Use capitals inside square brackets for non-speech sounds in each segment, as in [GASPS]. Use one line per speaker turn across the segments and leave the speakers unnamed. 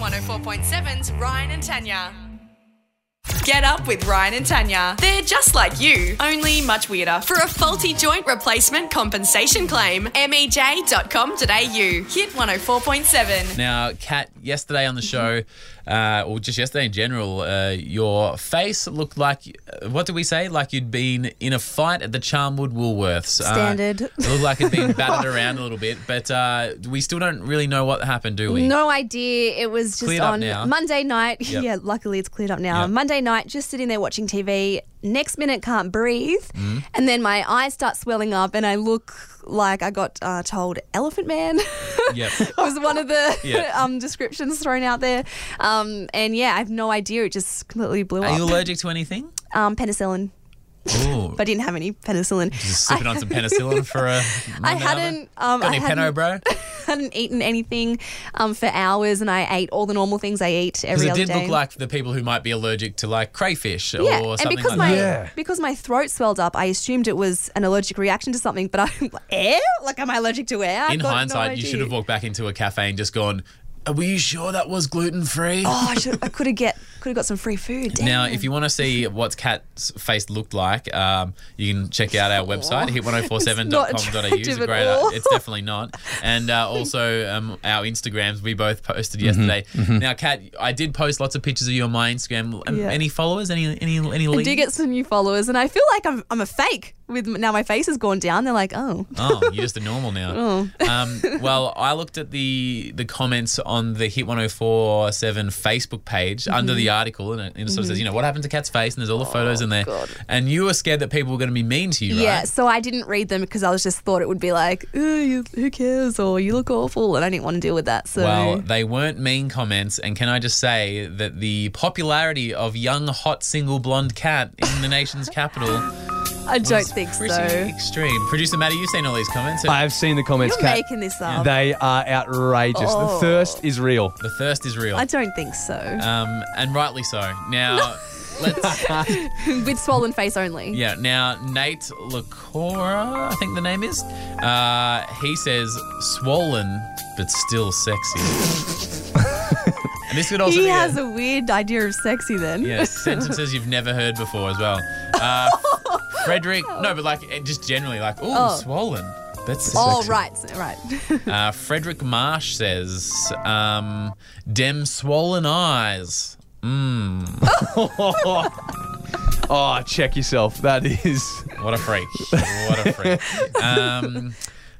104.7's Ryan and Tanya. Get up with Ryan and Tanya. They're just like you, only much weirder. For a faulty joint replacement compensation claim, E mej.com.au. Hit 104.7.
Now, Kat, yesterday on the show,
Mm-hmm.
uh, or just yesterday in general, uh, your face looked like, uh, what did we say? Like you'd been in a fight at the Charmwood Woolworths. Uh,
Standard.
it looked like it'd
[LAUGHS]
been battered around a little bit, but uh, we still don't really know what happened, do we?
No idea. It was just
Cleared up
on
now.
Monday night.
Yep.
[LAUGHS] Yeah, luckily it's cleared up now.
Yep.
Monday night, just sitting there watching TV. Next minute, can't breathe.
Mm.
And then my eyes start swelling up, and I look like I got uh, told Elephant Man. [LAUGHS]
Yep.
was one of the
[LAUGHS] Yeah.
[LAUGHS] um, descriptions thrown out there. Um, and yeah, I have no idea. It just completely blew
Are you
up.
allergic to anything?
um, penicillin.
Ooh.
But I didn't have any penicillin.
just sipping on some penicillin for
[LAUGHS]
a.
I
Monday night?
hadn't. Um,
Got
I
any
hadn't,
peno,
[LAUGHS]
bro?
[LAUGHS] hadn't eaten anything um, for hours, and I ate all the normal things I eat
Because
every
it
other
did
day.
look like the people who might be allergic to like crayfish
yeah,
or
and
something
because
like
my
that.
Yeah.
because my throat swelled up, I assumed it was an allergic reaction to something. But I'm [LAUGHS] like, air? Like, am I allergic to air? I've
In
got no
hindsight, you
idea.
should have walked back into a cafe and just gone, Are we sure that was gluten free?
Oh, I, should, I could have get could have got some free food. Damn.
Now, if you want to see what Kat's face looked like, um, you can check out
[LAUGHS]
our website,
It's not
hit1047.com.au. It's
attractive
a
at
great,
all.
it's definitely not. And uh, also um, our Instagrams, we both posted yesterday. Now, Kat, I did post lots of pictures of you on my Instagram. Um,
Yeah.
Any followers? Any any any
I
leads?
do get some new followers, and I feel like I'm I'm a fake. With now my face has gone down. They're like, oh,
Oh, you're just a normal
[LAUGHS]
now. Um, well, I looked at the the comments on the Hit 1047 Facebook page
Mm-hmm.
under the article, and it, and it sort of says, you know, what happened to Kat's face? And there's all
Oh,
the photos in there. And you were scared that people were going to be mean to you, right?
yeah. So I didn't read them because I was just thought it would be like, ooh, you, who cares, or you look awful, and I didn't want to deal with that. So
Well, they weren't mean comments, and can I just say that the popularity of young, hot, single, blonde cat in the nation's capital
I [LAUGHS] don't
is
think so.
pretty extreme. Producer Maddie, you've seen all these comments.
[LAUGHS] I've seen the comments,
You're
Kat.
making this up.
They are outrageous.
Oh.
The thirst is real.
the thirst is real,
I don't think so.
um, and rightly so. Now, let's.
[LAUGHS] with swollen face only.
Yeah, now Nate Lacora, I think the name is, uh, he says swollen but still [LAUGHS] sexy. and this could also
He
be
has
a,
a weird idea of sexy then.
yeah, sentences you've never heard before as well. Uh, Frederick, no, but like eh, just generally like, ooh,
Oh.
swollen. That's
[LAUGHS] Oh,
sexy.
right, so- right. [LAUGHS]
Uh, Frederick Marsh says, um, dem swollen eyes.
Oh, check yourself. That is.
What a freak. What a freak. Um,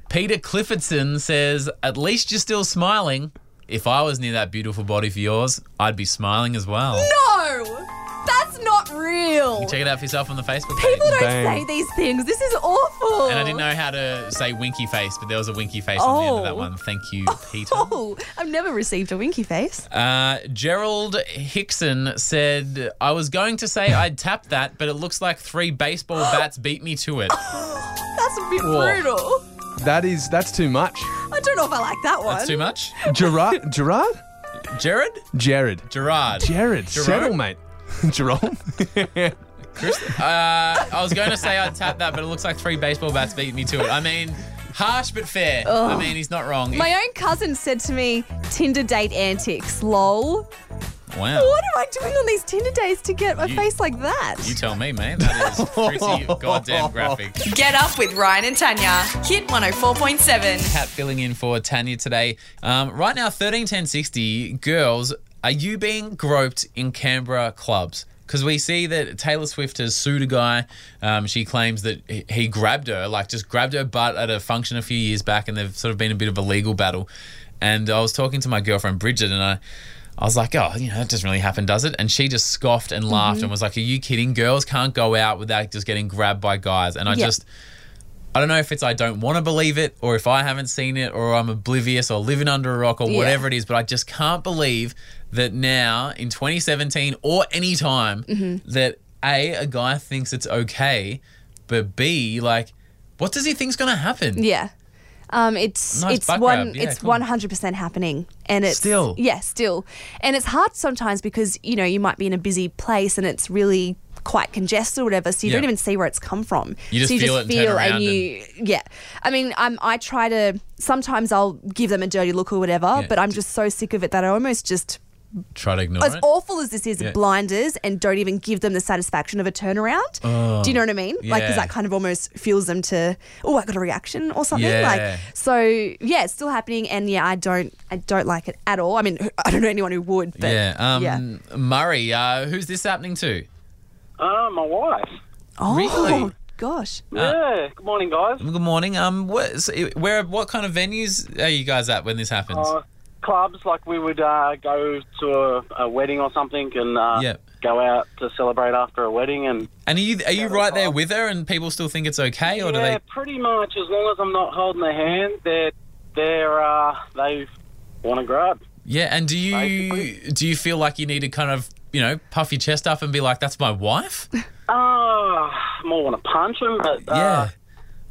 Peter Cliffordson says, At least you're still smiling. If I was near that beautiful body for yours, I'd be smiling as well.
no, that's not real.
Check it out for yourself on the Facebook page.
People don't
Bang.
say these things. This is awful.
and I didn't know how to say winky face, but there was a winky face on the end of that
Oh.
one. Thank
[LAUGHS]
you, Peter.
Oh, I've never received a winky face.
Uh, Gerald Hickson said, I was going to say I'd tap that, but it looks like three baseball bats beat me to it.
That's a bit
Whoa.
brutal.
That is. That's too much.
I don't know if I like that one.
That's too much.
Gerard. Gerard.
Jared?
Jared.
Gerard.
Jared. Settle, mate. [LAUGHS] Jerome.
Uh, I was going to say I'd tap that, but it looks like three baseball bats beat me to it. I mean, harsh but fair. I mean, he's not wrong.
My own cousin said to me, Tinder date antics, lol.
wow.
What am I doing on these Tinder days to get my face like that?
You tell me, man. That is
[LAUGHS]
pretty goddamn graphic.
Get up with Ryan and Tanya. Hit 104.7.
Cat filling in for Tanya today. Um, right now, 131060, girls, are you being groped in Canberra clubs? Because we see that Taylor Swift has sued a guy. Um, she claims that he- he grabbed her, like just grabbed her butt at a function a few years back, and they've sort of been a bit of a legal battle. And I was talking to my girlfriend Bridget, and I. I was like, oh, you know, that doesn't really happen, does it? And she just scoffed and laughed and was like, are you kidding? Girls can't go out without just getting grabbed by guys. And I
Yeah.
just, I don't know if it's I don't want to believe it or if I haven't seen it or I'm oblivious or living under a rock or
Yeah.
whatever it is, but I just can't believe that now in 2017 or any time
Mm-hmm.
that A, a guy thinks it's okay, but B, like, what does he think's going to happen?
Yeah. Um, it's
Nice
it's
back
one
grab. Yeah,
it's
cool.
one hundred percent happening, and it's
Still?
yeah still, and it's hard sometimes because you know you might be in a busy place and it's really quite congested or whatever, so you
Yeah.
don't even see where it's come from.
You just
so you
feel
just
it and turn
feel
around
and you yeah. I mean, um, I try to sometimes I'll give them a dirty look or whatever, but I'm just so sick of it that I almost just
Try to ignore
as
it.
awful as this is,
Yeah.
blinders and don't even give them the satisfaction of a turnaround. Do you know what I mean?
Oh.
Like 'cause Like,
yeah.
because that kind of almost fuels them to, oh, I got a reaction or something.
Yeah.
Like, so yeah, it's still happening, and yeah, I don't, I don't like it at all. I mean, [LAUGHS] I don't know anyone who would, but
yeah. Um,
yeah.
Murray, uh, who's this happening to?
Uh, my wife.
oh
really?
gosh,
Ah.
yeah. Good morning, guys.
Good morning. Um, what, so, where, what kind of venues are you guys at when this happens?
Uh, clubs, like we would uh, go to a, a wedding or something and uh,
Yep.
go out to celebrate after a wedding. And
and are you are you
Cattle
right there
Park.
with her, and people still think it's okay, or do
uh, yeah,
they?
pretty much as long as I'm not holding their hand, they're, they're, uh, they want to grab.
Yeah. And do you
Basically.
do you feel like you need to kind of you know puff your chest up and be like, "That's my wife"?
[LAUGHS]
Uh, more want to punch them, but uh,
yeah.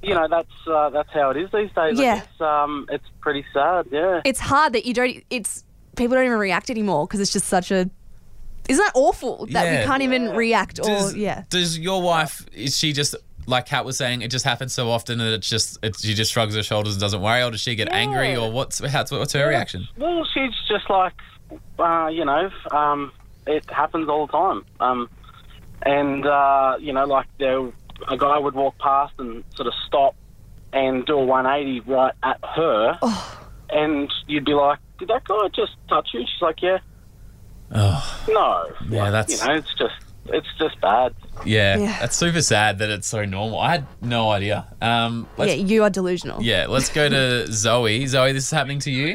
you know that's uh, that's how it is these days.
Yeah.
I guess. Um, it's pretty sad. Yeah.
it's hard that you don't. It's people don't even react anymore because it's just such a. Isn't that awful that
Yeah.
we can't even react or
Does,
yeah?
does your wife is she just like Kat was saying, it just happens so often that it's just it's, she just shrugs her shoulders and doesn't worry, or does she get angry, or what's how's, what's her reaction?
Well, she's just like, uh, you know, um, it happens all the time. Um, and, uh, you know, like there, a guy would walk past and sort of stop and do a 180 right at her. And you'd be like, did that guy just touch you? She's like, yeah.
Oh,
No.
Yeah,
Like,
that's-
You know, it's just, it's just bad.
yeah,
Yeah.
that's super sad that it's so normal. I had no idea. Um,
Yeah,
let's, yeah,
you are delusional.
let's go
[LAUGHS]
to Zoe. Zoe, this is happening to you.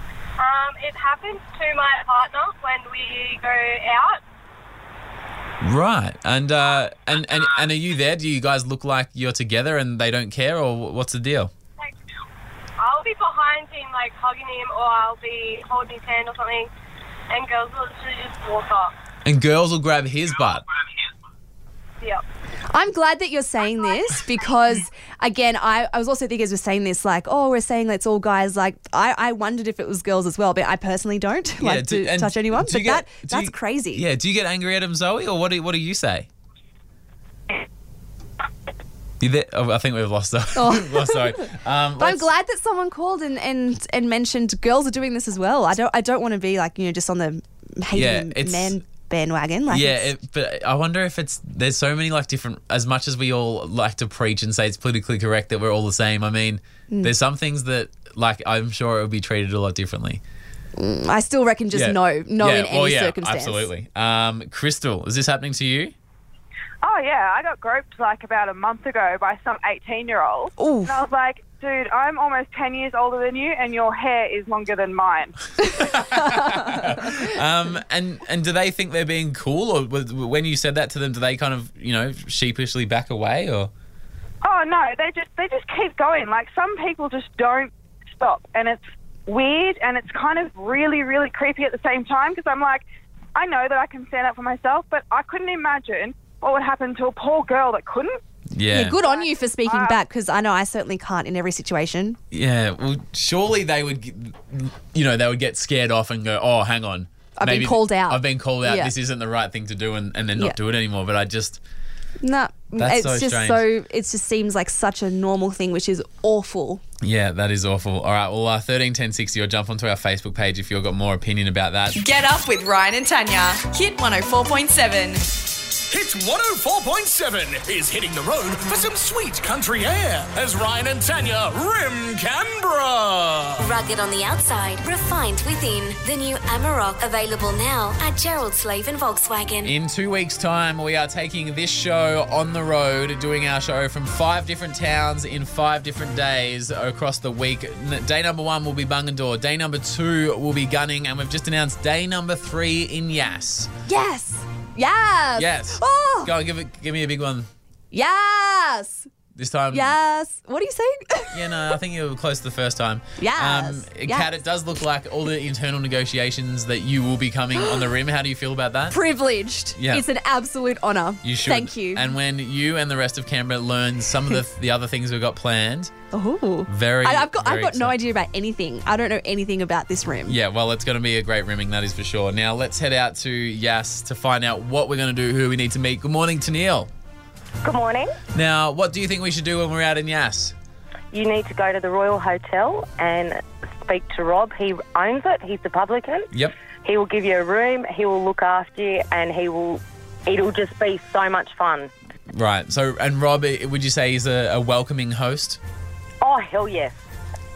Um, it happens to my partner when we go out.
Right, and uh, and and and are you there? Do you guys look like you're together and they don't care, or what's the deal?
Like, I'll be behind him, like hugging him, or I'll be holding his hand or something, and girls will literally just walk up.
And girls will grab his butt.
Yep.
I'm glad that you're saying this because, again, I, I was also thinking as we're saying this, like, oh, we're saying it's all guys. Like, I, I wondered if it was girls as well, but I personally don't like
do-
to
and
touch anyone.
do
But
you get-
that
do
that's
you-
crazy.
Yeah, do you get angry at him, Zoe, or what do, what do you say? You there? Oh, I think [LAUGHS] we've lost Zoe.
Oh.
lost Zoe. Um,
But I'm
let's-
glad that someone called and, and, and mentioned girls are doing this as well. I don't I don't want to be like you know just on the
Yeah,
hating
it's-
man bandwagon. Like
Yeah,
it's-
it, but I wonder if it's there's so many like different. As much as we all like to preach and say it's politically correct that we're all the same, I mean,
Mm.
there's some things that like I'm sure it would be treated a lot differently.
I still reckon just
Yeah.
no, no
Yeah,
in any
well, yeah,
circumstance.
Absolutely. Um, Crystal, is this happening to you?
Oh yeah, I got groped like about a month ago by some 18-year-old,
Ooh.
and I was like, "Dude, I'm almost 10 years older than you, and your hair is longer than mine."
Um, and and do they think they're being cool, or was- when you said that to them, do they kind of you know sheepishly back away, or
oh no, they just they just keep going. Like some people just don't stop, and it's weird, and it's kind of really really creepy at the same time because I'm like, I know that I can stand up for myself, but I couldn't imagine what would happen to a poor girl that couldn't.
yeah,
Yeah, good on you for speaking back because I know I certainly can't in every situation.
Yeah, well, surely they would, g- you know, they would get scared off and go, "Oh, hang on,
I've been called out."
I've been called out.
Yeah.
This isn't the right thing to do," and, and then not
Yeah.
do it anymore. But I just,
No,
That's
it's
so
just
strange.
so. It just seems like such a normal thing, which is awful.
yeah, that is awful. All right, well, uh, thirteen ten sixty, or jump onto our Facebook page if you've got more opinion about that.
Get up with Ryan and Tanya. Hit 104.7.
Hits 104.7 is hitting the road for some sweet country air as Ryan and Tanya rim Canberra.
Rugged on the outside, refined within. The new Amarok available now at Gerald Slave and Volkswagen.
In two weeks' time, we are taking this show on the road, doing our show from five different towns in five different days across the week. N- Day number one will be Bungendore. Day number two will be Gunning, and we've just announced day number three in Yass.
Yes. Yes.
Yes.
Oh.
Go and give it. Give me a big one
Yes.
this time.
Yes. What are you saying?
Yeah, no, I think you were close the first time. Um,
Yes. Yes.
Kat, it does look like all the internal negotiations that you will be coming on the rim. How do you feel about that?
[LAUGHS] Privileged.
Yeah.
It's an absolute honour.
You should.
Thank you.
And when you and the rest of Canberra learn some of
[LAUGHS]
the, the other things we've got planned,
Ooh.
very.
Oh. I, I've got.
very
I've got no
exciting.
idea about anything. I don't know anything about this room.
Yeah, well, it's going to be a great rimming, that is for sure. Now, let's head out to Yas to find out what we're going to do, who we need to meet. Good morning, Tennille.
Good morning.
Now, what do you think we should do when we're out in Yas?
You need to go to the Royal Hotel and
speak to Rob. He owns it. He's the publican.
Yep.
He will give you a room. He will look after you, and he will. It'll just be so much fun.
Right. So, and Rob, i- would you say he's a, a welcoming host?
Oh hell yes.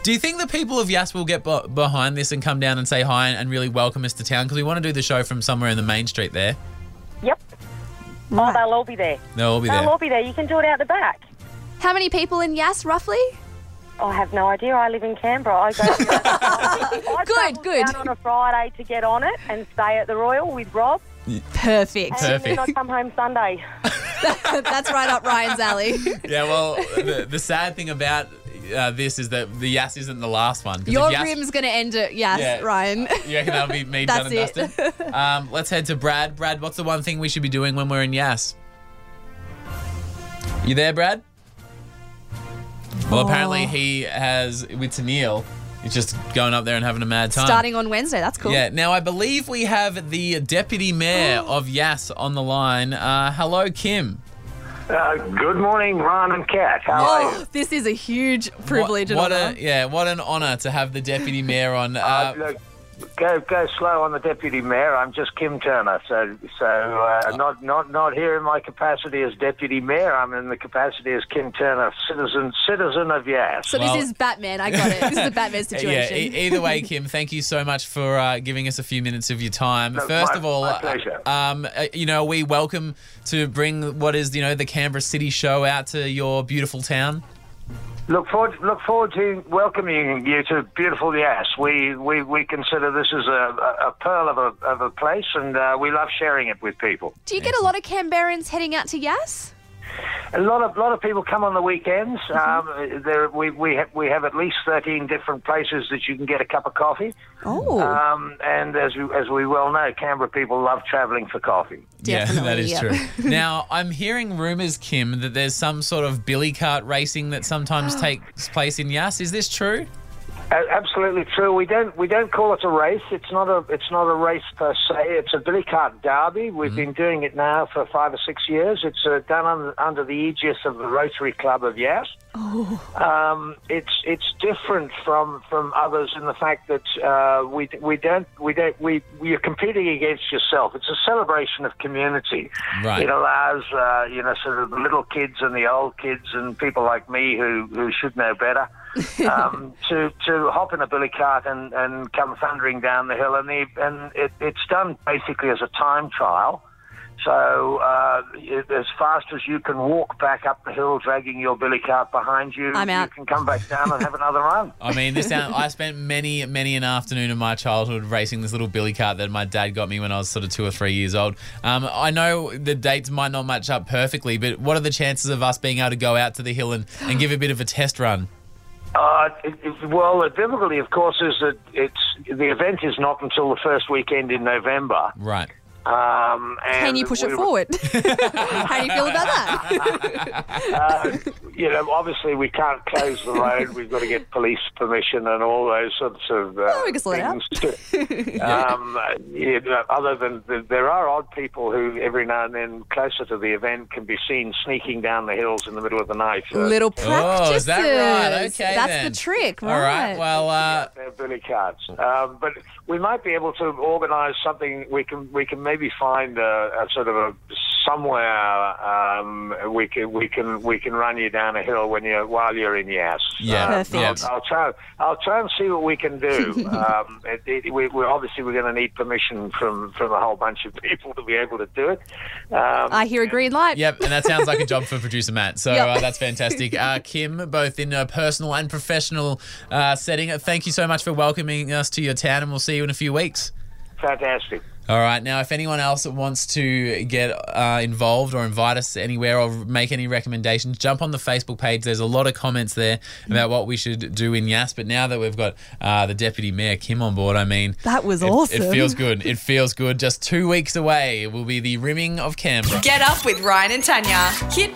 Do you think the people of Yas will get b- behind this and come down and say hi and, and really welcome us to town? Because we want to do the show from somewhere in the main street there.
Yep. Oh, they'll all be there.
They'll all be
they'll
there.
all be there. You can do it out the back. Oh,
How many people in Yas, roughly?
I have no idea. I live in Canberra. I go. I good, good. Down on a Friday to get on it and stay at the Royal with Rob.
Perfect.
[LAUGHS]
[LAUGHS]
And then I
Perfect.
come home Sunday.
That's right up Ryan's alley.
yeah, well, the, the sad thing about uh, this is that the Yas isn't the last one. 'Cause if
Your
Yas-
rim's going to end at Yas,
Yeah. Uh,
Ryan.
You reckon that'll be
[LAUGHS]
me
That's
done and
it. [LAUGHS]
dusted? Um, let's head to Brad. Brad, what's the one thing we should be doing when we're in Yas? You there, Brad? Well,
Oh.
apparently he has with Tennille. He's just going up there and having a mad time.
[LAUGHS] Starting on Wednesday. That's cool.
Yeah. Now I believe we have the deputy mayor of Yas on the line. Uh, hello, Kim.
Uh, good morning, Ron and Kat. How are you?
Oh, this is a huge privilege.
What, what
and
a
honor.
yeah, what an honour to have the deputy mayor on. Uh,
Look, go go slow on the deputy mayor. I'm just Kim Turner, so so uh, not not not here in my capacity as deputy mayor. I'm in the capacity as Kim Turner, citizen citizen of Yass.
So this is Batman. I got it. This is a Batman
[LAUGHS]
situation.
Yeah, e- either way, Kim, thank you so much for uh, giving us a few minutes of your time.
No,
First
my-
of all,
my
uh,
pleasure.
um, uh, you know, we welcome to bring what is you know the Canberra City Show out to your beautiful town.
Look forward, look forward to welcoming you to beautiful Yass. We we, we consider this is a, a a pearl of a of a place, and uh, we love sharing it with people.
Do you get a lot of Canberrans heading out to Yas?
A lot of lot of people come on the weekends. Um, there, we we have we have at least thirteen different places that you can get a cup of coffee.
Oh.
Um, and as we, as we well know, Canberra people love travelling for coffee.
yeah, [LAUGHS] that is
yeah.
true. [LAUGHS] now, I'm hearing rumours, Kim, that there's some sort of billy cart racing that [GASPS] sometimes takes place in Yas. Is this true?
A- absolutely true. We don't we don't call it a race. It's not a it's not a race per se. It's a billy cart derby.
Mm-hmm.
We've been doing it now for five or six years. It's uh, done under, under the aegis of the Rotary Club of Yass.
Oh.
Um, it's it's different from, from others in the fact that uh, we we don't we don't we you're competing against yourself. It's a celebration of community.
Right.
It allows uh, you know sort of the little kids and the old kids and people like me who who should know better um, to to hop in a billy cart and, and come thundering down the hill. And the, and it, it's done basically as a time trial. So uh, it- as fast as you can walk back up the hill, dragging your billy cart behind you,
I'm out.
you can come back down and have another run.
I mean, this sound, I spent many, many an afternoon of my childhood racing this little billy cart that my dad got me when I was sort of two or three years old. Um, I know the dates might not match up perfectly, but what are the chances of us being able to go out to the hill and, and give a bit of a test run?
Uh, it, it- well, the difficulty, of course, is that it's the event is not until the first weekend in November.
Right.
Um, and
Can you push
we-
it
[LAUGHS]
forward? How do you feel about that?
uh, you know, obviously we can't close the road.
[LAUGHS]
We've got to get police permission and all those sorts of uh,
we can sort it out. [LAUGHS]
things. um, uh, you know, other than th there are odd people who, every now and then, closer to the event, can be seen sneaking down the hills in the middle of the night. uh,
Little practices.
Oh, is that right? Okay.
That's
then.
the trick, right?
All right. Well, uh,
they're billy cards. Um, but we might be able to organise something. We can we can maybe find a, a sort of a somewhere um, we can we can we can run you down a hill when you while you're in Yass.
Yeah,
Um,
Perfect.
I'll, I'll try I'll try and see what we can do. um, it, it, we, we're obviously we're going to need permission from from a whole bunch of people to be able to do it. Um,
I hear a green light.
Yep, and that sounds like a job for producer Matt. So
Yep.
uh, that's fantastic. Uh, Kim, both in a personal and professional uh, setting, uh, thank you so much for welcoming us to your town, and we'll see you in a few weeks.
fantastic.
All right. Now, if anyone else wants to get uh, involved or invite us anywhere or make any recommendations, jump on the Facebook page. There's a lot of comments there about what we should do in Yas. But now that we've got uh, the Deputy Mayor Kim on board, I mean,
That was
it,
awesome.
It feels good. It feels good. Just two weeks away will be the rimming of Canberra.
Get up with Ryan and Tanya. Hit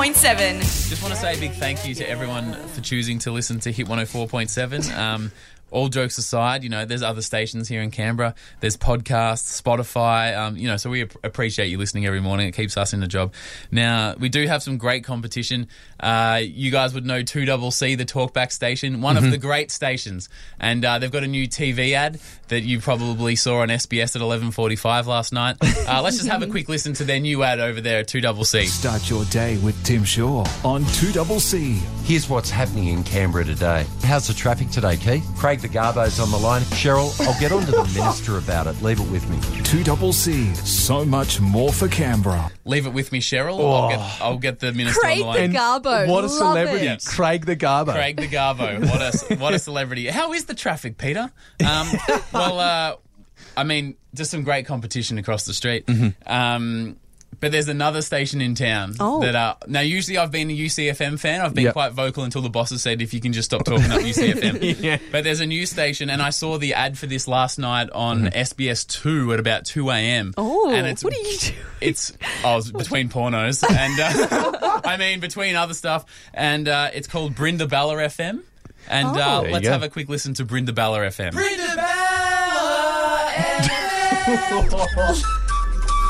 104.7.
Just want to say a big thank you to everyone for choosing to listen to Hit 104.7. Um, all jokes aside, you know, there's other stations here in Canberra. There's podcasts, Spotify, um, you know, so we ap- appreciate you listening every morning. It keeps us in the job. Now, we do have some great competition. Uh, you guys would know 2CC, the talkback station, one of the great stations. And uh, they've got a new TV ad that you probably saw on SBS at 11.45 last night. Uh, let's just have a quick listen to their new ad over there at 2CC.
Start your day with Tim Shaw on 2CC. Here's what's happening in Canberra today. How's the traffic today, Keith? Craig the Garbo's on the line. Cheryl, I'll get on to the minister about it. Leave it with me. 2CC. So much more for Canberra.
Leave it with me, Cheryl. I'll,
Oh.
get, I'll get the minister
Craig
on the line.
the Garbo.
What a
Love
celebrity.
it.
Craig the Garbo.
[LAUGHS] Craig the Garbo. What a what a celebrity. How is the traffic, Peter? Um,
[LAUGHS]
well, uh, I mean, just some great competition across the street.
Mm-hmm.
Um, but there's another station in town
Oh.
that uh, now usually I've been a UCFM fan. I've been
Yep.
quite vocal until the bosses said if you can just stop talking up UCFM.
[LAUGHS] Yeah.
But there's a new station, and I saw the ad for this last night
Mm-hmm.
on SBS Two at about two a.m.
Oh,
and it's
what are you doing?
[LAUGHS] it's I was between pornos and uh, [LAUGHS] I mean between other stuff and uh, it's called Brinda Bella FM and uh,
Oh. There you
let's
go.
have a quick listen to Brinda Bella FM. [LAUGHS]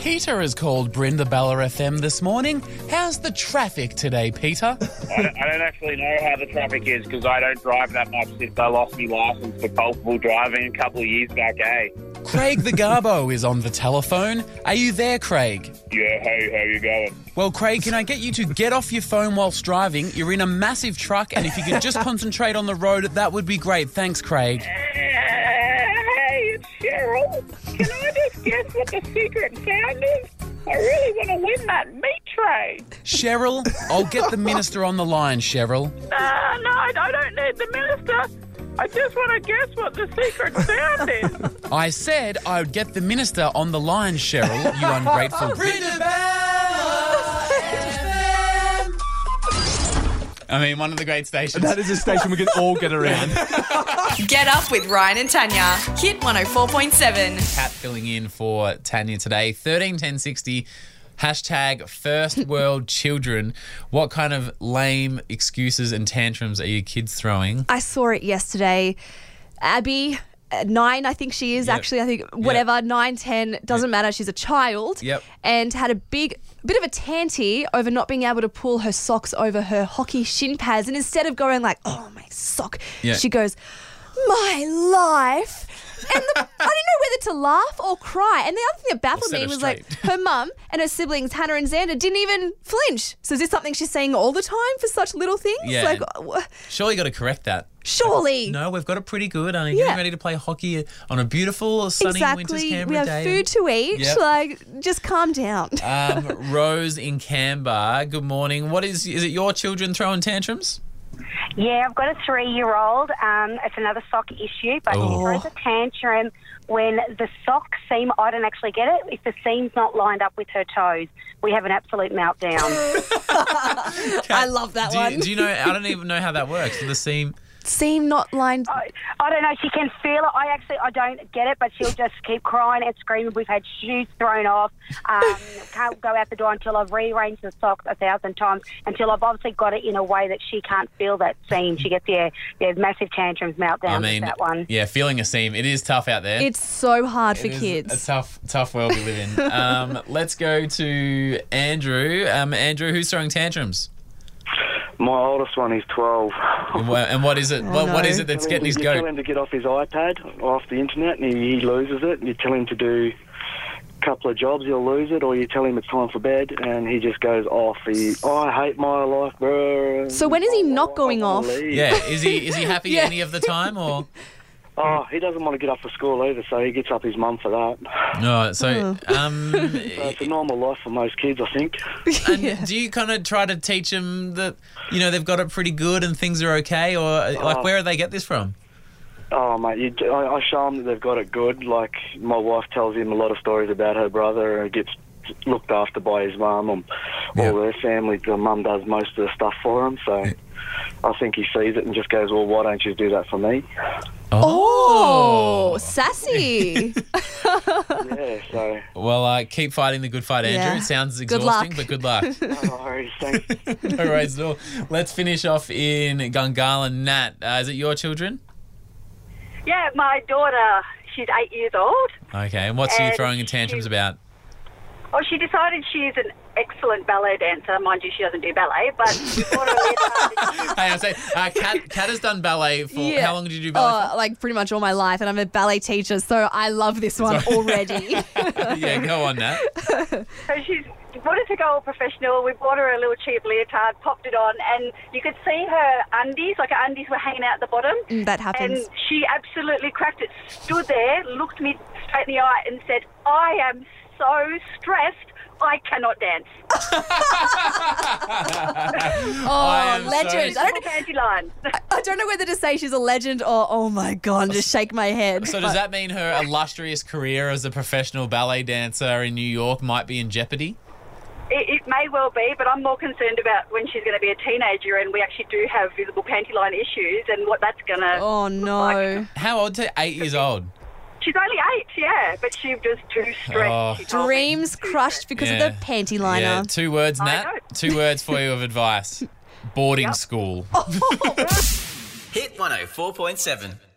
Peter has called Brinda Bella FM this morning. How's the traffic
[LAUGHS]
today, Peter?
I don't, I don't actually know how the traffic is because I don't drive that much since I lost my license for culpable driving a couple of years back, eh?
Craig the Garbo is on the telephone. Are you there, Craig?
Yeah, hey, how you going?
Well, Craig, can I get you to get off your phone whilst driving? You're in a massive truck, and if you could just concentrate on the road, that would be great. Thanks, Craig.
Hey, it's Cheryl. Can I just guess what the secret sound is? I really want to win that meat tray.
Cheryl, I'll get the minister on the line, Cheryl.
No, no, I I don't need the minister. I just want to guess what the secret sound is.
I said I would get the minister on the line, Cheryl, you ungrateful bitch. I mean, one of the great stations.
That is a station we can all get around.
Get up with Ryan and Tanya. Hit 104.7.
Cat filling in for Tanya today. 131060. Hashtag
[LAUGHS]
first world children. What kind of lame excuses and tantrums are your kids throwing?
I saw it yesterday. Abby, uh, nine, I think she is
Yep.
actually. I think whatever, nine, ten, doesn't matter. She's a child.
Yep.
And had a big bit of a tanty over not being able to pull her socks over her hockey shin pads. And instead of going like, oh, my sock,
Yeah.
she goes, my life. And
[LAUGHS]
the, I didn't know whether to laugh or cry. And the other thing that baffled
set
me
her
was like her mum and her siblings, Hannah and Xander, didn't even flinch. So is this something she's saying all the time for such little things?
Yeah.
Like, wh-
Surely you got to correct that.
surely.
No, we've got it pretty good. I'm
Yeah.
getting ready to play hockey on a beautiful sunny winter's
exactly.
Canberra
We have
day.
food to eat.
Yep.
Like, just calm down. [LAUGHS]
Um, Rose in Canberra. Good morning. What is is it? Your children throwing tantrums?
Yeah, I've got a three-year-old. Um, it's another sock issue, but
Oh.
he throws a tantrum when the sock seam—I don't actually get it. If the seam's not lined up with her toes, we have an absolute meltdown.
I
love that
do you, do you know? I don't even know how that works. The
[LAUGHS]
seam.
Seam not lined.
I, I don't know. She can feel it. I actually I don't get it, but
[LAUGHS]
she'll just keep crying and screaming. We've had shoes thrown off.
[LAUGHS]
Um, can't go out the door until I've rearranged the socks a thousand times. Until I've obviously got it in a way that she can't feel that seam. She gets yeah, yeah, massive tantrums, meltdowns.
I
with
mean,
that one.
yeah, feeling a seam. It is tough out there.
It's so hard for
It is
kids.
A tough, tough world we live
[LAUGHS]
in. um, let's go to Andrew. Um, Andrew, who's throwing tantrums?
My oldest one is 12.
And wha- and what is it?
Oh,
what, what is it that's
I mean,
getting his
you
goat?
tell him to get off his iPad or off the internet and he, he loses it. You tell him to do a couple of jobs, he'll lose it. Or you tell him it's time for bed and he just goes off. He, "Oh, I hate my life, bro.
So when is he not going off?
Yeah, is he is he happy
[LAUGHS] Yeah.
any of the time
[LAUGHS]
or?
Oh, he doesn't want to get up for school either, so he gets up his mum for that.
No, so
Oh.
um,
So it's a normal life for most kids, I think.
and do you kind of try to teach them that you know they've got it pretty good and things are okay, or uh, like
Oh.
where do they get this from?
Oh, mate, you, do- I, I show them that they've got it good. Like, my wife tells him a lot of stories about her brother who gets looked after by his mum and all their family. The mum does most of the stuff for him, so I think he sees it and just goes, well, why don't you do that for me?
Oh,
[LAUGHS]
sassy.
yeah, so...
Well, uh, keep fighting the good fight, Andrew.
Yeah.
It sounds
Good
exhausting,
luck.
but good luck.
[LAUGHS]
No worries, thanks.
no worries at all. Let's finish off in Gungalan. Nat, uh, is it your children?
Yeah, my daughter, she's eight years old.
Okay, and what's she
And
throwing in tantrums about?
Well, she decided she's an
excellent ballet dancer. Mind you, she doesn't do ballet,
[LAUGHS]
but
Hey, I say, uh, Kat, Kat has done ballet for how long did you do ballet?
Oh, like pretty much all my life, and I'm a ballet teacher, so I love this one
[LAUGHS]
already. [LAUGHS] Oh.
for? yeah, go on, Nat.
So she's wanted to go all professional. We bought her a little cheap leotard, popped it on, and you could see her undies, like her undies were hanging out the bottom.
Mm, that happens.
And she absolutely cracked it. Stood there, looked me straight in the eye, and said, "I am so stressed." I cannot dance.
I am so Oh, legend. I don't-
Candy line.
I, I don't know whether to say she's a legend or oh my god, just shake my head.
So does that mean her illustrious career as a professional ballet dancer in New York might be in jeopardy?
[LAUGHS] It, it may well be, but I'm more concerned about when she's going to be a teenager and we actually do have visible panty line issues and what that's going to.
Oh no.
How old to eight years old?
She's only eight, yeah, but she's just too
Oh.
stressed.
Dreams crushed because
Yeah.
of the panty liner.
Yeah, two words,
I
Nat. Two words for you of
[LAUGHS]
advice. Boarding school.
Hit 104.7.